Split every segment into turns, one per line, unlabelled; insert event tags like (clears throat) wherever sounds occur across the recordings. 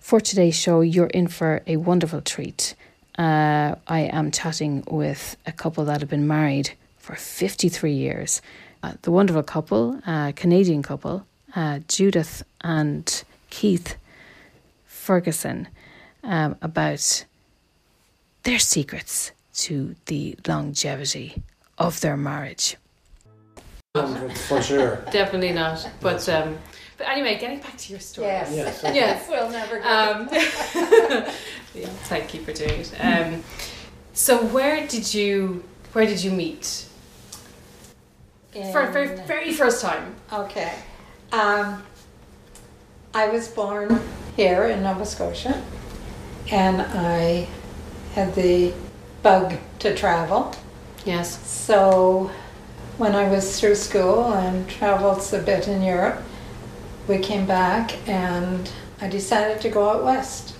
For today's show, you're in for a wonderful treat. Uh, I am chatting with a couple that have been married for 53 years. Uh, the wonderful couple, uh, Canadian couple, uh, Judith and Keith Ferguson, um, about their secrets to the longevity of their marriage.
(laughs) for sure.
Definitely not. Um, But um, but anyway, getting back to your story.
Yes.
Yes.
Yes.
We'll never go.
Um, (laughs) yeah, thank you for doing it. Um, so where did you where did you meet for
In-
very very first time?
Okay. Um, I was born here in Nova Scotia, and I had the bug to travel.
Yes.
So when I was through school and traveled a bit in Europe, we came back and I decided to go out west.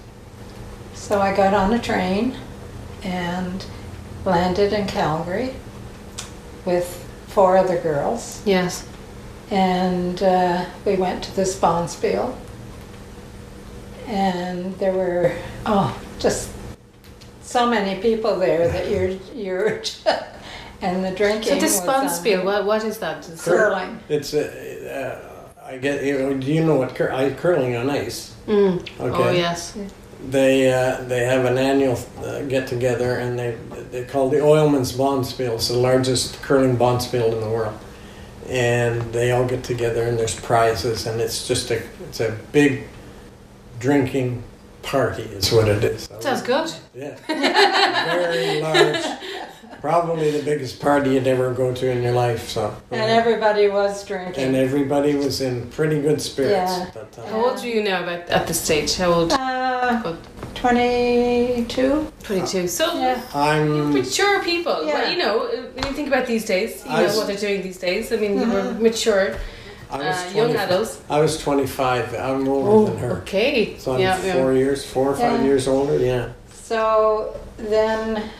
So I got on a train and landed in Calgary with four other girls
Yes.
and uh, we went to the Spawnspiel. And there were oh, just so many people there that you're you're, (laughs) and the drinking.
So this
was on-
Bonspiel, what what is that? Is-
Cur- Curling.
It's uh, uh, I get you know. Do you know what cur- I, curling on ice?
Mm.
Okay.
Oh yes.
They uh, they have an annual uh, get together and they they call the Oilman's Bondspiel. It's the largest curling bondspiel in the world, and they all get together and there's prizes and it's just a it's a big drinking party is what it is.
Sounds good.
Yeah. Very large. Probably the biggest party you'd ever go to in your life. So.
And everybody was
And
drinking.
everybody was in pretty good spirits
Yeah.
at that time.
How old are you now about at this stage? How old?
uh, Twenty-two.
Twenty two. So
Yeah.
I'm
mature people.
Yeah.
Well, you know, uh, when you think about these days, you
I
know
was-
what they're doing these days. I mean, we're mature,
I was
uh,
20,
young adults.
I was 25. I'm older than her.
Oh, okay.
So I'm
yeah, yeah.
four years, four or five
Yeah.
years older. Yeah.
So then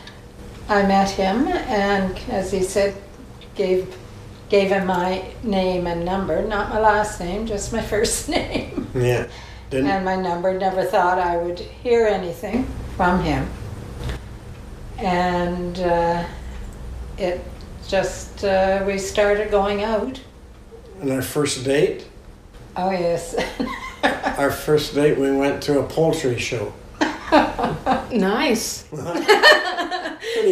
I met him, and as he said, gave gave him my name and number, not my last name, just my (laughs) first name.
Yeah. Didn't.
and my number. Never thought I would hear anything from him. And uh, it just, uh, we started going out.
and our first date,
Oh, yes. (laughs)
our first date, we went to a poultry show.
(laughs)
Nice.
Pretty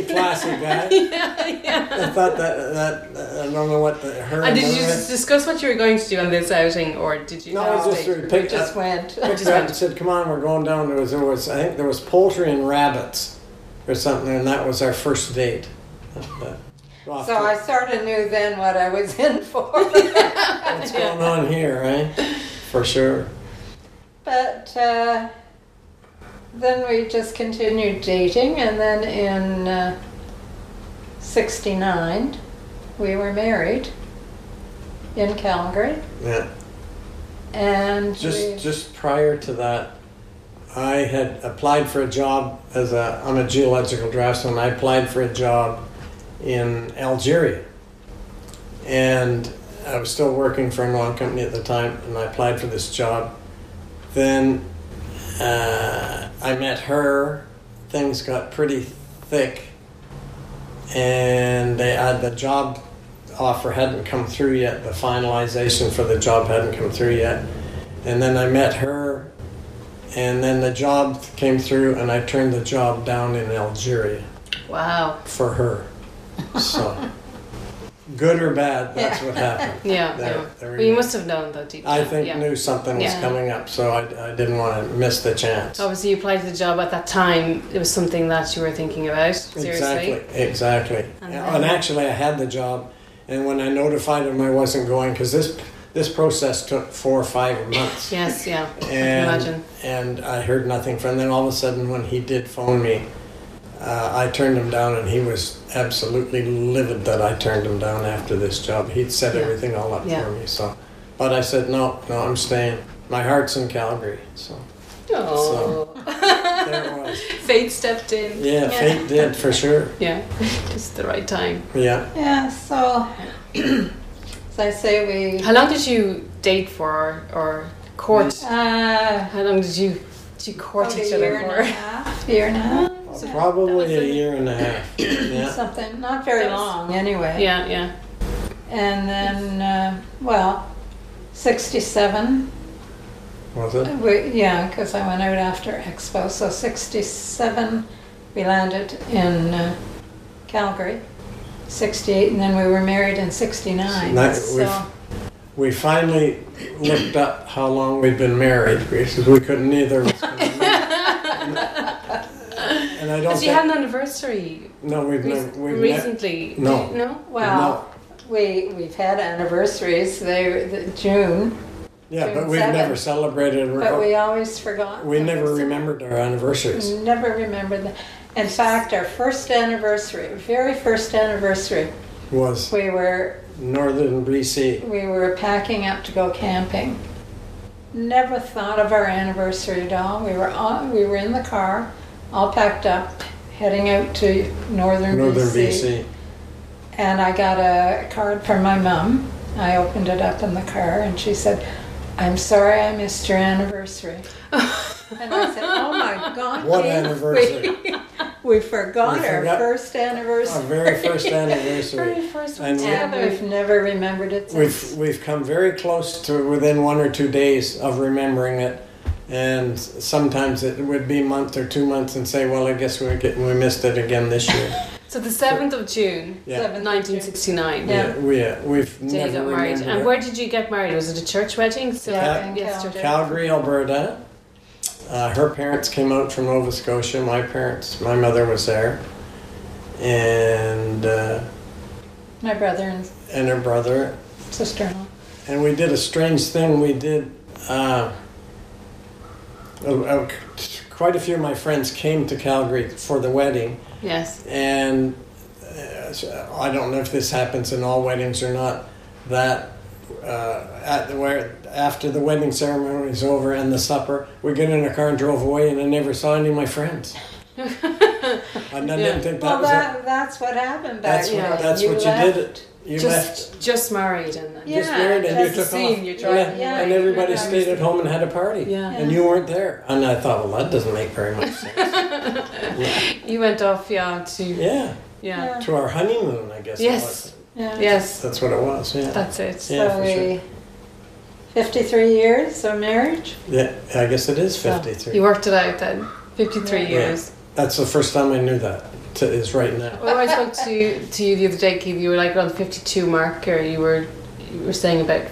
classy guy.
yeah, yeah.
I thought that, that, I don't know what the, her
And did you
another-
just discuss what you were going to do on this outing, or did you?
No, I was just
Did-
sort of
we
picked
just
up.
went.
Picked her up and said, "Come on, we're going down." There was, there was, I think there was poultry and rabbits, or something, and that was our first date. Off
So
to-
I sort of knew then what I was in for.
What's going on here, right? For sure.
But uh, then we just continued dating, and then in uh, 69, we were married in Calgary.
Yeah.
And we-
Just just prior to that, I had applied for a job as a I'm a geological draftsman. I applied for a job in Algeria, and I was still working for an oil company at the time, and I applied for this job. Then uh, I met her. Things got pretty thick, and they had the job offer hadn't come through yet. The finalization for the job hadn't come through yet, and then I met her, and then the job came through, and I turned the job down in Algeria
Wow.
for her. So, good or bad, that's what happened.
(laughs) Yeah.
There-
yeah.
there we
well, you
go.
must have known that. Deep
I
down,
think
Yeah.
knew something was
Yeah. Oh,
coming up, so I, I didn't want to miss the chance.
Obviously, you applied for the job at that time. It was something that you were thinking about seriously.
Exactly, exactly. And,
And then-
actually, I had the job, and when I notified him I wasn't going, because this this process took four or five months,
Yes. Yeah. I can
and
imagine.
and I heard nothing from. Him. Then all of a sudden, when he did phone me, uh, I turned him down, and he was absolutely livid that I turned him down after this job. He'd set
Yeah.
everything all up
Yeah.
for me, so. But I said no, no, I'm staying. My heart's in Calgary,
(laughs)
so
Oh.
there it was.
(laughs) Fate stepped in.
Yeah, fate did for sure.
Yeah. (laughs) Just the right time.
Yeah,
yeah, so as I say, we
How long did you date for or, or court?
uh,
How long did you to court
About
each
a year
other
and
more.
a half, year and a half,
So that was
Probably a
in-
year and a
(clears throat)
half. Yeah.
something. Not very
That was-
long, anyway.
(laughs) Yeah, yeah.
And then, uh, well, 67.
Was it?
We, yeah, because I went out after Expo. So 67, we landed in uh, Calgary. 68, and then we were married in 69.
Nice.
So,
We finally looked up how long we'd been married because we couldn't either. of
(laughs)
us remember. and I don't
Because you
think,
had an anniversary
no, we've
re-
never, we've never,
recently.
No.
Did- No?
well, we, we've had anniversaries. They the, June,
yeah, but
June
we've
7th.
never celebrated. our-
but we always forgot.
we
them.
never
So-
remembered our anniversaries.
Never remembered that. In fact, our first anniversary, very first anniversary,
Was
we were
Northern BC.
we were packing up to go camping. Never thought of our anniversary at all. We were on, we were in the car, all packed up, heading out to northern,
Northern BC.
And I got a card from my mum. I opened it up in the car, and she said, "I'm sorry I missed your anniversary." and I said, "Oh my God, (laughs)
What
Keith,
anniversary?
We, we forgot
We
our
forgot-
first
Our
anniversary,
very first anniversary.
(laughs)
Very first
And
one
we-
and
together.
we've never remembered it since."
We've we've come very close to within one or two days of remembering it, and sometimes it would be a month or two months and say, well, I guess we we missed it again this year.
So the 7th of June,
Yeah.
Seventh of June.
1969.
Yeah.
we uh, we've
Day you
never
got married.
remembered.
And
it.
where did you get married? Was it a church wedding? So
Yeah.
in
yes,
Calgary.
Calgary, Alberta. Uh, her parents came out from Nova Scotia. My parents, my mother was there, and uh,
My brother and
and her brother.
sister-in-law.
And we did a strange thing. We did. Uh, oh, oh, c- quite a few of my friends came to Calgary for the wedding,
yes.
and uh, so I don't know if this happens in all weddings or not. That uh, at the where after the wedding ceremony is over and the supper, we get in a car and drove away, and I never saw any of my friends. I didn't
Yeah.
think that
Well,
was
that,
it.
that's what happened back
That's
then.
what, that's what you
left.
did. You left.
Just, just married and then.
Yeah.
just married and
that's
you
the
took
scene,
off.
you're driving
Yeah,
away.
and everybody
You're
stayed at home and had a party.
Yeah.
And you weren't there. And I thought, well, that doesn't make very much sense.
(laughs) You went off, yeah, to.
yeah.
yeah.
To our honeymoon, I guess. it
Yes.
was.
Yeah.
Yes,
That's what it was. Yeah.
that's it.
So
Yeah, for
we,
sure.
53 years of marriage.
yeah. I guess it is 53.
You worked it out then. 53
Yeah.
years.
That's the first time I knew that. To, is right now.
Well, I spoke to to you the other day, Keith. You were like around the fifty-two mark, or you were you were saying about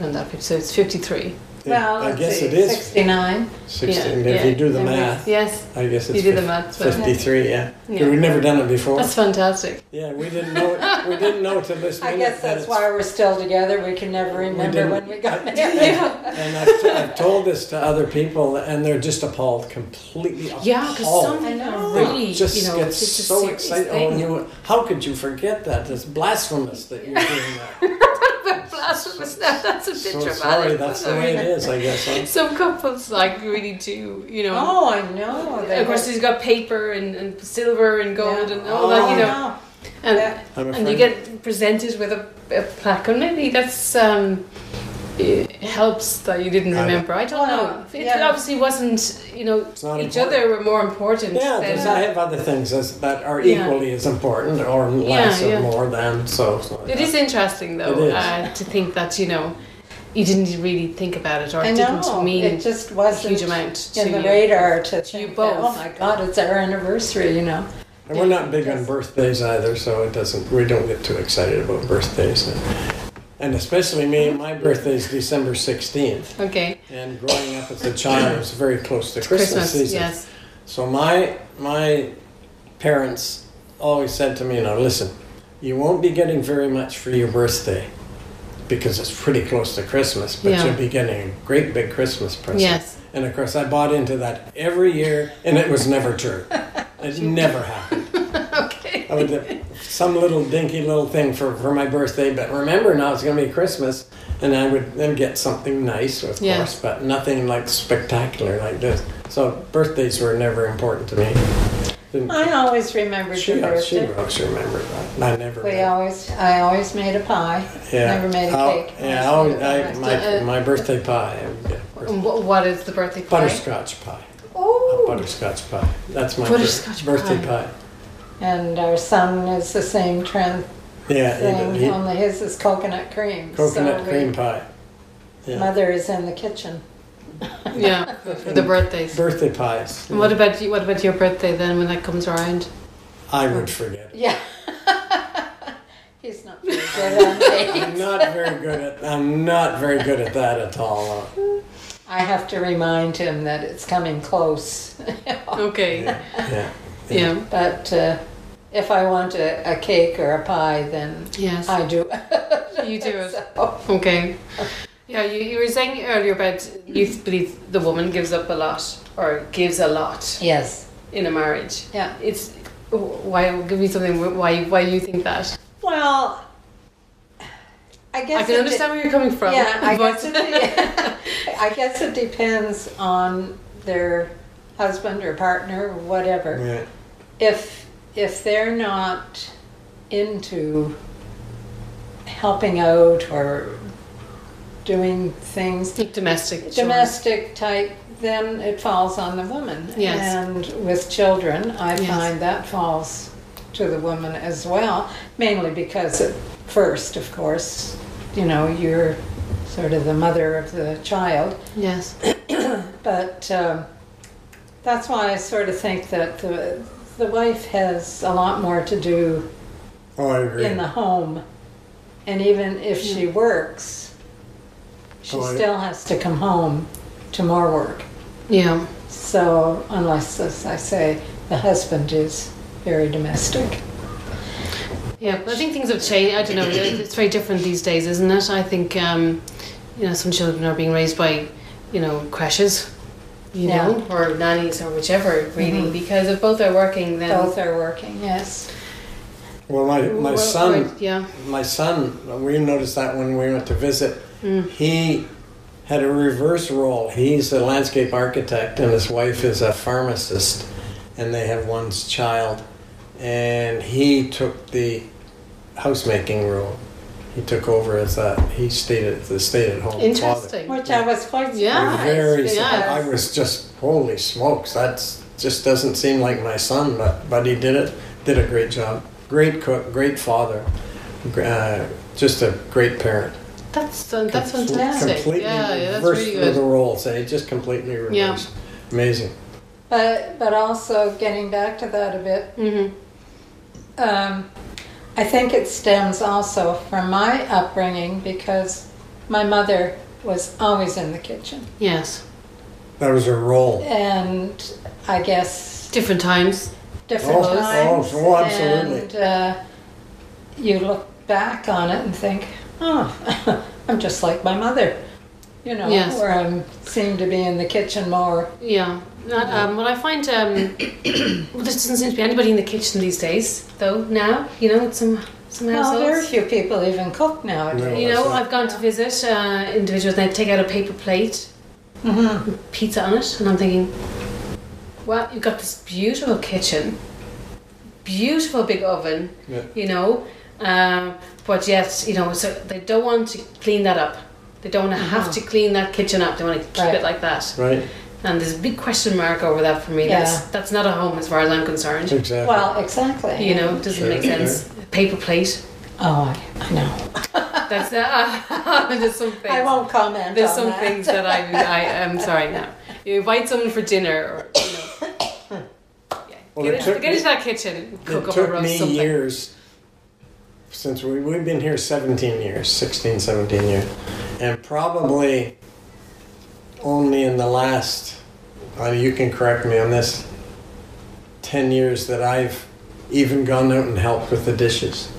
around that. 50, so it's fifty-three.
Yeah,
Well,
I
let's
guess
see,
it is
69.
16.
yeah,
if you do the
yeah.
math,
Yes,
I guess it's
you did the
fif-
math. but-
53. Yeah.
Yeah.
We've never done it before.
That's fantastic.
yeah, we didn't know. It, we didn't know till
(laughs)
this
I
minute.
guess
that
that's
it's-
why we're still together. We can never remember
didn't-
when we
(laughs)
got
I-
married.
And I've, I've told this to other people, and they're just appalled, completely appalled.
Yeah, because some
I know.
people
They
really,
just
you know,
get
it's just a
so
serious
excited. Oh,
thing.
you, how could you forget that? It's blasphemous that you're doing that.
(laughs) Blasphemous. That, that's a bit
so
dramatic.
sorry, that's
but
the
I
way
mean,
it is, I guess. huh?
Some couples like really do, you know.
Oh, I know. They
Of course,
were-
he's got paper and, and silver and gold
Yeah.
and all that, you
Oh.
know. uh, And
Yeah.
I'm
and you
afraid.
get presented with a, a plaque, and maybe that's um, it helps that you didn't
I don't-
remember. I don't
Well,
know. It
yeah.
obviously wasn't. You know,
It's not
each
important.
other were more important.
yeah,
than,
there's, I have other things that's, that are
Yeah.
equally as important, or less,
yeah.
or more than. So it's not
It is interesting though
It is.
Uh, to think that you know you didn't really think about it or
I
it
know.
didn't mean
It just
a
wasn't
huge amount to
in the
you.
radar to, think
you
that,
both.
oh my God, it's our anniversary, you know.
And we're not big on birthdays either, so it doesn't. We don't get too excited about birthdays, and especially me. My birthday's December sixteenth,
Okay,
and growing up as a child, it was very close to Christmas,
Christmas.
season.
yes.
So my my parents always said to me, "Now listen, you won't be getting very much for your birthday." Because it's pretty close to Christmas, but
Yeah.
you'll be getting a great big Christmas present.
Yes.
And of course, I bought into that every year, and it was never
(laughs)
true. It never happened.
Okay.
I would do some little dinky little thing for, for my birthday, but remember now it's going to be Christmas, and I would then get something nice, of
Yeah.
course, but nothing like spectacular like this. So birthdays were never important to me. Didn't-
I always remembered
she,
your birthday.
she always remembered that. I never.
We always, I always made a pie.
yeah.
Never made a
I'll-
cake.
Yeah, I always,
Always made
I,
a (laughs) pie. Mm,
my, my birthday pie. I would get birth-
And wh- what is the birthday pie?
Butterscotch pie. a butterscotch pie. That's my bir-
Butterscotch
birthday
pie.
pie.
And our son is the same trend
Yeah,
thing,
he- he-
only his is coconut cream. so
coconut
we-
cream pie. Yeah.
Mother is in the kitchen.
Yeah, for the birthdays.
Birthday pies.
And what about you, what about your birthday then when that comes around?
I would forget.
Yeah. (laughs) He's not very good on dates.
I'm not very good at. I'm not very good at that at all. uh,
I have to remind him that it's coming close.
Okay.
Yeah, yeah.
Yeah.
but uh, if I want a, a cake or a pie, then
Yes.
I do.
you do it.
(laughs) So,
Okay. Yeah, you, you were saying earlier about you believe the woman gives up a lot or gives a lot
yes.
in a marriage.
Yeah.
It's why give me something why why you think that?
Well, I guess
I can
it-
understand where you're coming from.
Yeah,
(laughs)
I
but-
guess, it de- (laughs) I guess it depends on their husband or partner, whatever.
Yeah.
If if they're not into helping out or doing things
Like domestic.
domestic type, then it falls on the woman.
Yes.
And with children, I
Yes.
find that falls to the woman as well, mainly because at first, of course, you know, you're sort of the mother of the child.
Yes.
But um, that's why I sort of think that the the wife has a lot more to do
Oh, I agree.
in the home, and even if she works, she
Oh, I-
still has to come home to more work.
Yeah.
So unless, as I say, the husband is very domestic.
Yeah, but I think things have changed. I don't know. it- It's very different these days, isn't it? I think um, you know some children are being raised by you know crashes, you
Yeah. Mm-hmm.
know, or nannies or whichever. Really, because if both are working, then
Both are working. Yes.
well, my my
Well,
son.
right, yeah.
my son, we noticed that when we went to visit,
hmm.
he had a reverse role. He's a landscape architect, and his wife is a pharmacist, and they have one child. And he took the housemaking role. He took over as a he stayed at the stayed at home father.
Interesting.
Which I was quite surprised.
Yeah.
Very,
because-
yeah.
I was just holy smokes. That's just doesn't seem like my son, but but he did it. Did a great job. Great cook. Great father. gr- Uh, just a great parent.
That's that's
Com-
fantastic.
Completely
Yeah, yeah, that's
reversed
really
the
good.
roles. They just completely
Yeah.
reversed. Amazing.
But but also getting back to that a bit,
Mm-hmm.
um, I think it stems also from my upbringing because my mother was always in the kitchen,
Yes,
That was her role.
and I guess
different times.
different
Oh,
times.
oh, oh, absolutely.
And uh, you look back on it and think, oh, (laughs) I'm just like my mother. You know,
Yes.
where I seem to be in the kitchen more.
Yeah. Not, um, what I find, um, (coughs) well, there doesn't seem to be anybody in the kitchen these days, though. Now, you know, it's some some
Well, Oh, very
households.
few people even cook nowadays.
No.
You know,
That's right.
I've gone to visit uh, individuals and they take out a paper plate with pizza on it, and I'm thinking, well, you've got this beautiful kitchen, beautiful big oven,
Yeah.
you know, um, but yet, you know, so they don't want to clean that up. They don't want to have to clean that kitchen up. They want to keep
Uh-huh. Right.
it like that.
Right?
And there's a big question mark over that for me. That's
Yeah.
that's not a home as far as I'm concerned.
Exactly.
Well, exactly.
You know, it doesn't
Sure,
make sense. Paper plate.
Oh, I, I know.
That's uh, (laughs) there's some things.
I won't comment
There's
on
some
that.
things that I, I am sorry now. You invite someone for dinner, or you know, yeah.
Well,
get,
it
in-
took
get
me-
into that kitchen, cook
it
up or
took
roast
me
something.
years since we, we've been here 17 years 16 17 years and probably only in the last uh, you can correct me on this 10 years that i've even gone out and helped with the dishes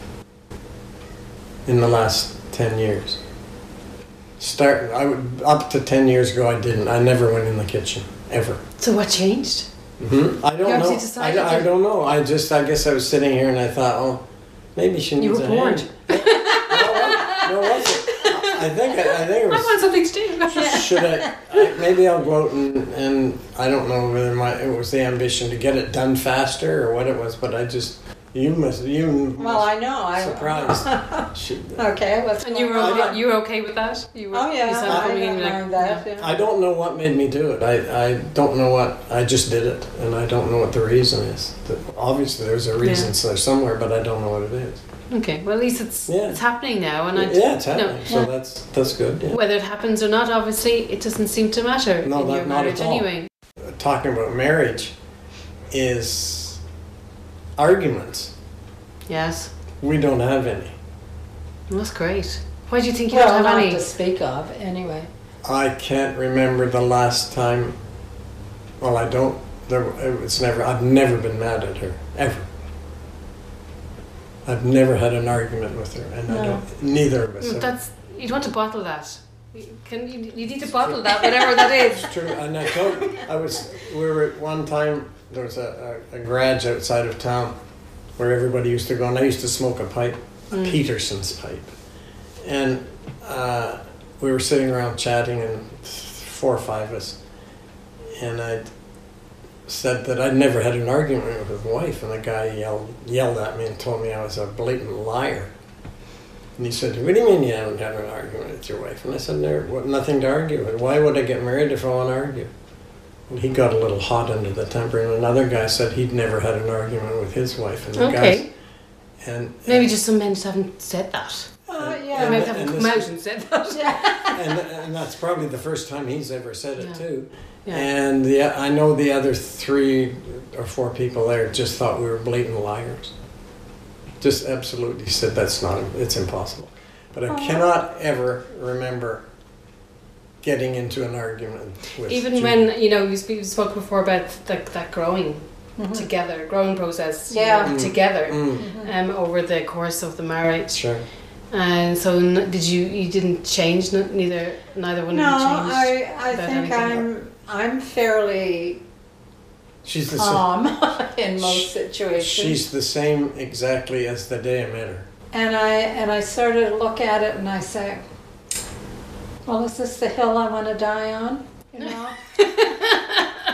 in the last 10 years start i would up to 10 years ago i didn't i never went in the kitchen ever
So what changed?
Hmm? I
You
don't
actually
know. I,
decided
don't- I
to-
don't know. I just, I guess I was sitting here and I thought, oh, maybe she needs
You were
a
bored.
(laughs) hand. no, was it? I think, I, I think it
I want
was.
something to do.
Should I, I? Maybe I'll go out and, and I don't know whether my it was the ambition to get it done faster or what it was, but I just You must. You
(laughs) Well, I know. I
(laughs)
surprised. she,
Okay, what's
And you were
going on?
you were okay with that? You were,
Oh
you
yeah,
saw
I
them and you
don't
were like,
mind that. yeah.
I don't know what made me do it. I, I don't know what. I just did it, and I don't know what the reason is. The- Obviously, there's a reason
Yeah.
so- somewhere, but I don't know what it is.
Okay, well at least it's
Yeah.
it's happening now, and I
yeah, it's
no.
happening. So
Yeah.
that's that's good. yeah.
whether it happens or not, obviously it doesn't seem to matter
No,
in
that- not
your
at
marriage
all.
anyway.
Talking about marriage is arguments.
Yes,
We don't have any.
Well, that's great. Why do you think you
Well,
don't have
not
any?
to speak of, anyway.
I can't remember the last time. Well, I don't. There, it's never. I've never been mad at her ever. I've never had an argument with her, and I
No.
don't. Neither of us.
Mm,
have.
That's you don't want to bottle that. You Can you, you need to bottle that
(laughs)
whatever that is.
It's true, and I told I was we were at one time there was a, a, a garage outside of town where everybody used to go, and I used to smoke a pipe, a Peterson's pipe, and uh, we were sitting around chatting, and four or five of us, and I said that I'd never had an argument with my wife, and the guy yelled yelled at me and told me I was a blatant liar. And he said, "What do you mean you haven't had an argument with your wife?" And I said, "There, what, nothing to argue. with. Why would I get married if I want to argue?" And he got a little hot under the temper. And another guy said he'd never had an argument with his wife. And the
Okay,
guys, and
maybe just some men just haven't said that.
Oh
Yeah,
They
yeah.
might
but-
haven't
and
come
this-
out and said
(laughs)
that.
and, and that's probably the first time he's ever said it
Yeah.
too.
Yeah.
And the, I know the other three or four people there just thought we were blatant liars. Just absolutely said that's not it's impossible. But I cannot ever remember getting into an argument with
Even
Judy.
when you know you sp- you spoke before about like that growing together, growing process. you
Mm-hmm. Yeah.
know,
Mm.
together.
Mm,
Um, over the course of the marriage,
sure.
and so n- did you? You didn't change, n- neither neither one
No,
of you changed.
I, I
about
think
anything.
I'm I'm fairly
She's the same.
calm (laughs) in most situations,
She's the same exactly as the day I met her.
and I and I sort of look at it and I say, "Well, is this the hill I want to die on? You
(laughs)
know,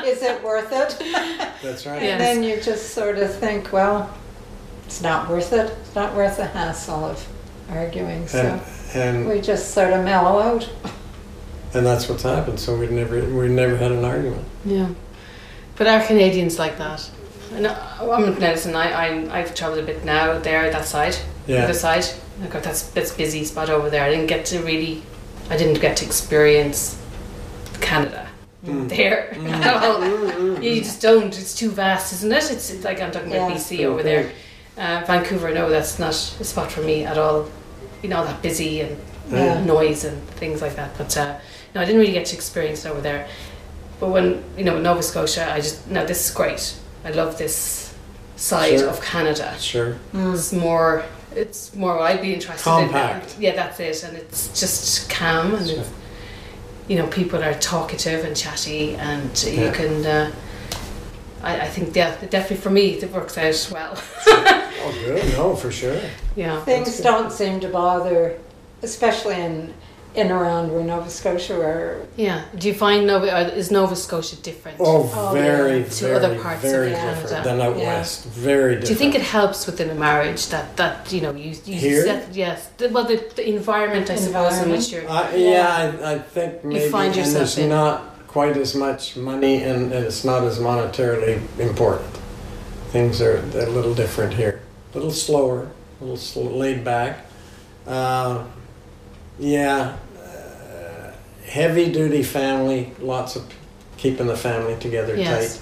is it worth it?"
That's right.
Yeah.
And then you just sort of think, well, it's not worth it. It's not worth the hassle of arguing. So
And, and
we just sort of mellow out.
and that's what's happened. So we never we never had an argument.
Yeah, but are Canadians like that? And I- I'm in Nelson. I, I I've travelled a bit now there that side,
Yeah.
the other side. Oh God, that's that's busy spot over there. I didn't get to really, I didn't get to experience Canada (laughs)
Mm.
there.
Mm-hmm.
(laughs) you just don't. It's too vast, isn't it? It's, it's like I'm talking about
Yeah.
BC over there. Uh, Vancouver, no, that's not a spot for me at all. You know, that busy and
Yeah.
noise and things like that. But uh, no, I didn't really get to experience it over there. But when you know Nova Scotia, I just no, this is great. I love this side
Sure.
of Canada.
Sure.
It's more, it's more. I'd be interested
Compact.
in. Yeah, that's it. And it's just calm, and
Sure.
it's, you know, people are talkative and chatty, and
Yeah.
you can. Uh, I, I think yeah, definitely for me, it works out well. (laughs)
Oh, good. No, for sure.
yeah.
Things don't seem to bother, especially in in around where Nova Scotia or
Yeah. Do you find Nova or is Nova Scotia different?
Oh,
Oh,
very,
yeah.
To
very,
other parts of
very
Canada.
different than out
Yeah.
west. Very different.
Do you think it helps within a marage that that you know you, you
Here?
set- yes the, well the, the environment I suppose in which you're
I, yeah, I, I think maybe.
find
and
yourself
there's
in-
not quite as much money, and, and it's not as monetarily important. Things are a little different here. A little slower, a little sl- laid back. Uh, yeah, uh, heavy duty family. Lots of keeping the family together tight.
yes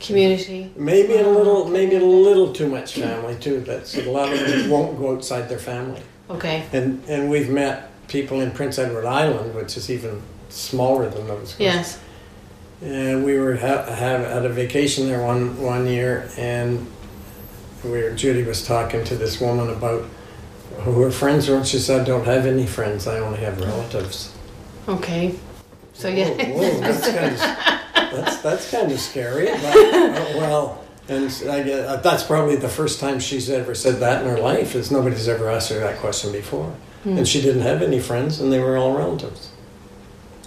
community
Maybe a little, maybe a little too much family too. That's a lot of them won't go outside their family,
okay
and and we've met people in Prince Edward Island, which is even smaller than Nova Scotia.
yes
And we were ha- have had a vacation there one one year, and we were, Judy was talking to this woman about who her friends were, and she said, "I don't have any friends. I only have relatives."
okay so
Whoa,
yeah (laughs)
whoa, that's kind of that's that's kind of scary. But, uh, well, and I guess, uh, that's probably the first time she's ever said that in her life. Is nobody's ever asked her that question before,
Hmm.
and she didn't have any friends, and they were all relatives,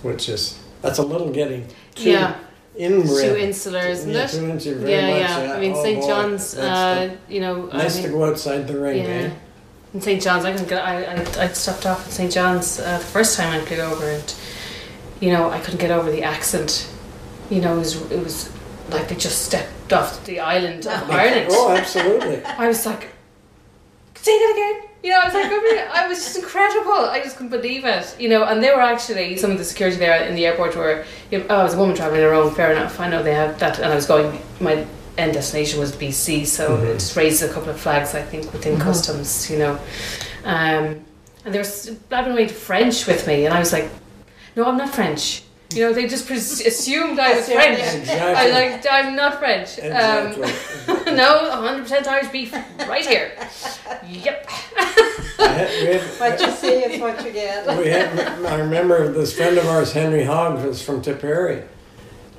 which is that's a little getting too
Yeah.
In
Two
Marin.
insular, isn't
yeah,
it?
two insular, very
yeah,
much,
yeah.
yeah.
I mean,
Oh,
St.
boy,
John's,
that's
uh, you know. I
Nice
mean,
to go outside the ring, eh?
yeah. In St. John's, I couldn't get. I, I, I stopped off at St. John's uh, the first time I could over, and you know, I couldn't get over the accent. You know, it was, it was like they just stepped off the island of Ireland.
(laughs) Oh, absolutely.
I was like, say that again. You know, I was like, I, mean, I was just incredible. I just couldn't believe it. You know, and they were actually some of the security there in the airport were. You know, oh, I was a woman traveling her own. Fair enough. I know they have that. And I was going. My end destination was BC, so it just raised a couple of flags. I think within customs. You know, um, and they were s- blabbing away French with me, and I was like, no, I'm not French. You know, they just pres- assumed (laughs) I was
Assumed,
French.
yeah.
Exactly.
I like, I'm not French. Um, (laughs)
exactly.
no, 100% Irish beef right here. Yep.
I had- we had-
What you see is what you (laughs) get.
we had, I remember this friend of ours, Henry Hogg, was from Tipperary,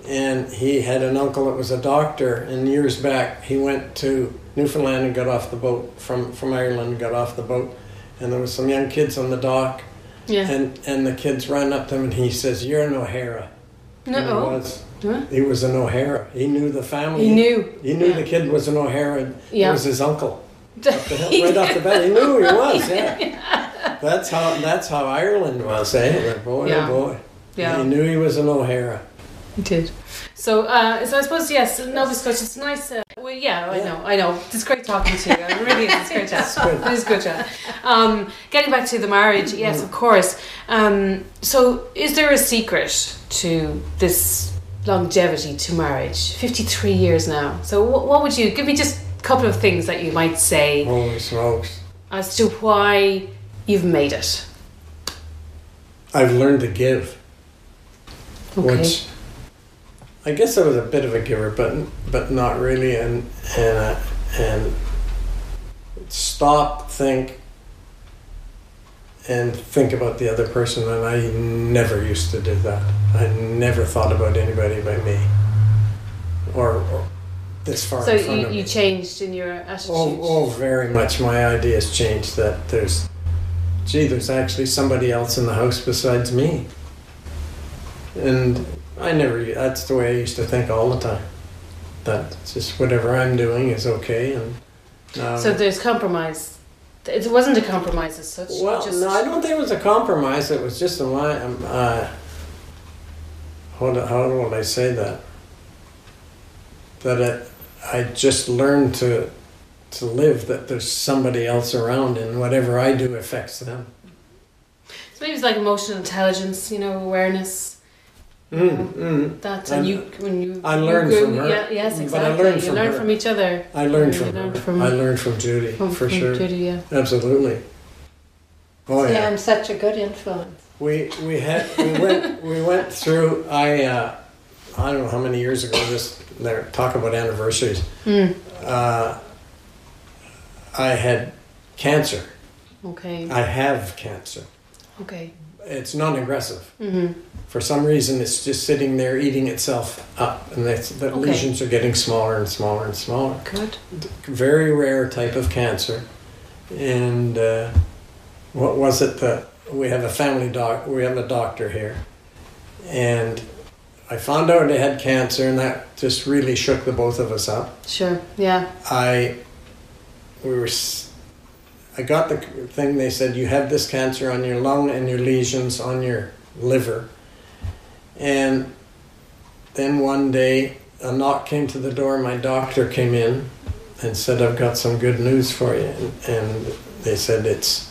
and he had an uncle that was a doctor. And years back, he went to Newfoundland and got off the boat from from Ireland, and got off the boat, and there was some young kids on the dock,
Yeah.
and and the kids ran up to him, and he says, "You're an O'Hara." And he
No.
was.
Huh?
He was an O'Hara. He knew the family.
He knew. (laughs)
He knew
Yeah.
the kid was an O'Hara. and It
Yeah.
was his uncle. Up the hill, right off the bat, he knew who he was. Yeah. That's how. That's how Ireland was. Eh? Boy,
Yeah.
oh boy.
Yeah.
He knew he was an O'Hara.
He did. So, uh, so I suppose yes, Nova Scotia. It's nice. Uh, well, yeah, I
Yeah.
know, I know. It's great talking to you. It really is. It's
(laughs)
great chat.
good.
It is good chat. Um, getting back to the marriage,
Mm.
yes, of course. Um, so, is there a secret to this longevity to marriage? Fifty-three years now. So, what, what would you give me? Just a couple of things that you might say.
Holy smokes!
as to why you've made it.
I've learned to give, which I guess I was a bit of a giver, but but not really. And and uh, and stop, think, and think about the other person. And I never used to do that. I never thought about anybody but me, or, or this far
so
in front
you,
of me.
you changed in your attitude.
Oh, oh, very much. My ideas changed. That there's, gee, there's actually somebody else in the house besides me. And I never. That's the way I used to think all the time. That just whatever I'm doing is okay. And um, now,
So there's compromise. It wasn't a compromise as such. you
well,
just,
no, I don't think it was a compromise. It was just a line. Um, uh, how do, how would I say that? That it, I just learned to to live that there's somebody else around, and whatever I do affects them.
So maybe it's like emotional intelligence, you know, awareness.
Mm,
Mm-hmm.
mm.
That and
I-
you when you
I
you
learned
grew-
from her.
Yeah, yes,
But I
exactly.
learned
you
from
learn
her.
from each other.
I learned
You
from
learned
her.
from-
I learned from Judy
From,
for
from
sure.
Judy, yeah.
Absolutely. Oh
See,
yeah.
I'm such a good influence.
We we had we went we went through. I uh, I don't know how many years ago. This there talk about anniversaries.
Hmm,
Uh, I had cancer.
Okay.
I have cancer.
Okay.
It's non-aggressive.
hmm
For some reason, it's just sitting there eating itself up, and that's, the
Okay.
lesions are getting smaller and smaller and smaller.
Good.
Very rare type of cancer. And uh, what was it that we have a family doc? We have a doctor here, and I found out I had cancer, and that just really shook the both of us up.
Sure. Yeah.
I, we were, s- I got the thing. They said you have this cancer on your lung and your lesions on your liver, and then one day a knock came to the door. My doctor came in and said, "I've got some good news for you," and, and they said it's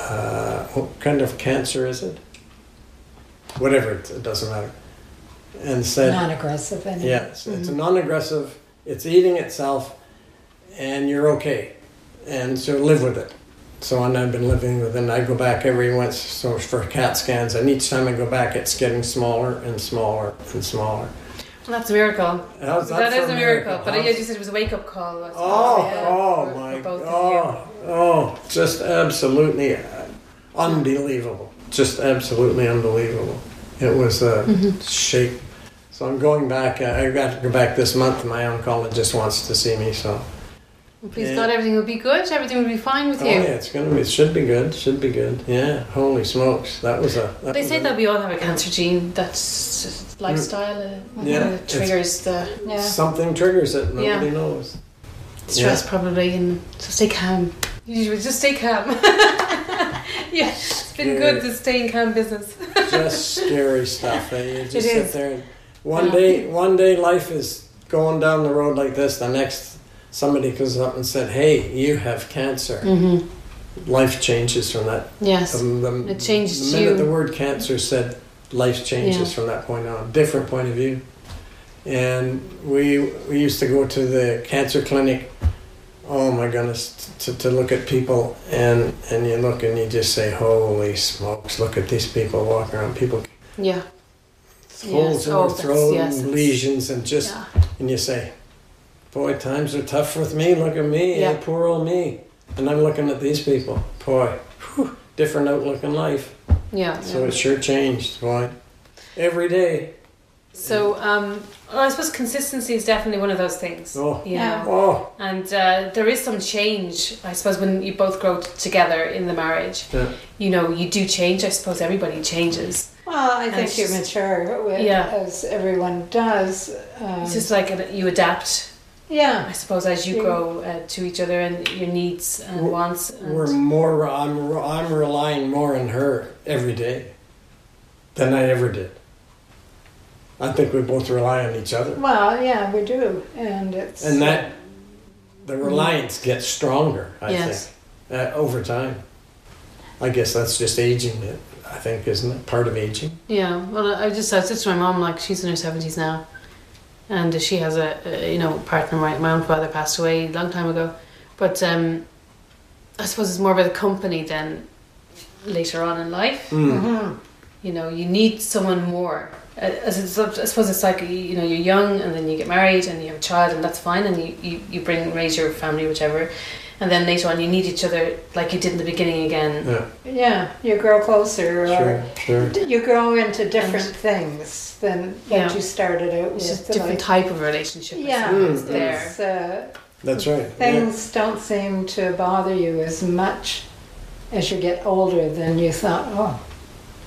uh, what kind of cancer is it? Whatever, it, it doesn't matter. And said,
Non aggressive anyway.
yeah, it's, it's
Mm-hmm.
a non-aggressive. It's eating itself, and you're okay, and so live with it. So and I've been living with it. And I go back every once so for CAT scans, and each time I go back, it's getting smaller and smaller and smaller.
Well, that's a miracle.
How's
that
for
is a miracle. But
huh?
I you said it was a wake up call. I suppose,
Oh,
yeah,
oh
for- for
my
both of
god.
you.
Oh, oh, just absolutely uh, unbelievable. Just absolutely unbelievable. It was a
Mm-hmm.
shape. uh, So I'm going back. uh, I got to go back this month. My oncologist wants to see me, so
Please
Yeah.
God, everything will be good. Everything will be fine with
Oh
you.
yeah, it's gonna be. It should be good. Should be good. Yeah. Holy smokes, that was a. That
They
was
say
a-
that we all have a cancer gene. That's just lifestyle. uh,
Yeah,
uh,
it's-
triggers the
Yeah.
something triggers it. Nobody
Yeah.
knows.
stress probably, and so stay calm. You should just stay calm. (laughs) yeah, it's been good the staying calm business.
Just scary stuff. And you just
It
sit
is.
there. And one
Yeah.
day, one day, life is going down the road like this. The next, somebody comes up and said, "Hey, you have cancer."
Mm-hmm.
Life changes from that.
Yes.
From the,
It changes
the minute
you.
the word cancer said, life changes
Yeah.
from that point on. Different point of view. And we we used to go to the cancer clinic. Oh my goodness, to, to look at people and and you look and you just say, holy smokes, look at these people walking around. People
Yeah.
holes
Yes.
in their
Oh, that's-
throat,
yes,
and
it's-
lesions, and just
yeah.
and you say, boy, times are tough with me. Look at me,
Yeah.
eh, poor old me. And I'm looking at these people. Boy, whew, different outlook in life.
Yeah.
So
yeah.
it sure changed, boy. Every day.
So, um, well, I suppose consistency is definitely one of those things.
Oh.
You
Yeah.
know?
Oh,
And uh, there is some change, I suppose, when you both grow t- together in the marriage.
Yeah.
You know, you do change. I suppose everybody changes.
Well, I
And
think
it's
you
just-
mature, with,
Yeah.
as everyone does. Um,
It's just like an, you adapt,
yeah.
I suppose, as you
Yeah.
grow uh, to each other and your needs and
We're-
wants. And
we're more. I'm. I'm relying more on her every day than I ever did. I think we both rely on each other,
Well, yeah, we do, and it's
and that the reliance gets stronger. I
Yes.
think uh, over time. I guess that's just aging. It. I think isn't it part of aging?
Yeah, well, I just I said to my mom like she's in her seventies now, and she has a, a you know partner. My my own father passed away a long time ago, but um, I suppose it's more about the company than later on in life.
Mm.
Mhm.
You know, you need someone more. Uh, As it's, I suppose it's like you you know you're young and then you get married and you have a child and that's fine and you, you, you bring raise your family whichever, and then later on you need each other like you did in the beginning
Mm-hmm.
again.
Yeah.
yeah, you grow closer,
Sure. Sure.
or you grow into different things than that
Yeah.
you started out
It's
with.
just a
the
different
like-
type of relationship. I
yeah,
suppose,
Mm,
there.
it's, uh,
That's right. Yeah.
things don't seem to bother you as much as you get older than you thought. Oh,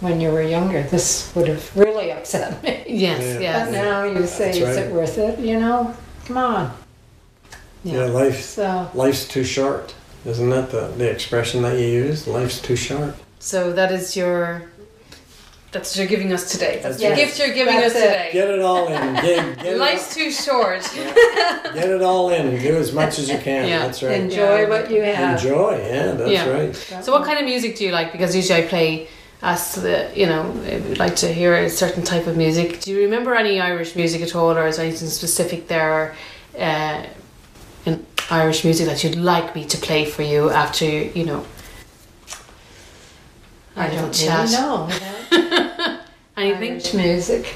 when you were younger, this would have really upset me.
Yes,
Yeah.
But
yes.
now you say,
That's
is
right.
it worth it? You know, come on.
yeah life.
So
Life's too short. Isn't that the, the expression that you use? Life's too short.
So that is your. That's what you're giving us today. That's
Yes.
the gift you're giving
That's
us
it.
today.
Get it all in. Get, get, it,
Life's too short.
get it all in. Do as much as you can.
Yeah.
That's right.
enjoy what you have.
Enjoy. Yeah, that's
Yeah.
right.
So what kind of music do you like? Because usually I play us the you know I would like to hear a certain type of music. Do you remember any Irish music at all, or is there anything specific there? Uh, in Irish music that you'd like me to play for you after you know.
I
our little
don't
chat.
really know.
Anything?
Irish music.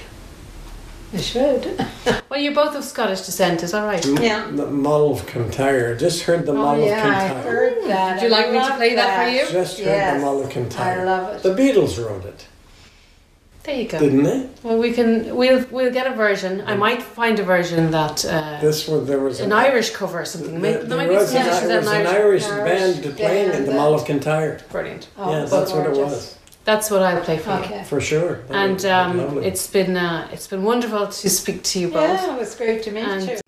I should.
Well, you're both of Scottish descent, is that right?
M-
Yeah.
The mull of Kintyre. Just heard the mull
oh yeah,
of
I
Kintyre.
heard that.
Would you
I
like me to
love
play that for you?
Just heard
Yes,
the mull of
I
Kintyre.
love
The
it.
Beatles wrote it,
There you go.
didn't they?
Well, we can. We'll we'll get a version. I might find a version that uh,
This one there was
an Irish cover or something. May-
There,
There might be
was,
some
an,
suggestions
versions
there
that
was
an
an
Irish.
Irish,
Irish
band playing in
band
the
that-
Mull of Kintyre.
Brilliant.
Oh,
yeah,
it's
that's what it
gorgeous.
was
That's what I'll play for you.
Okay.
for sure. That
And
was
um,
lovely.
it's been uh, it's been wonderful to speak to you both.
Yeah, it was great to meet
And
you.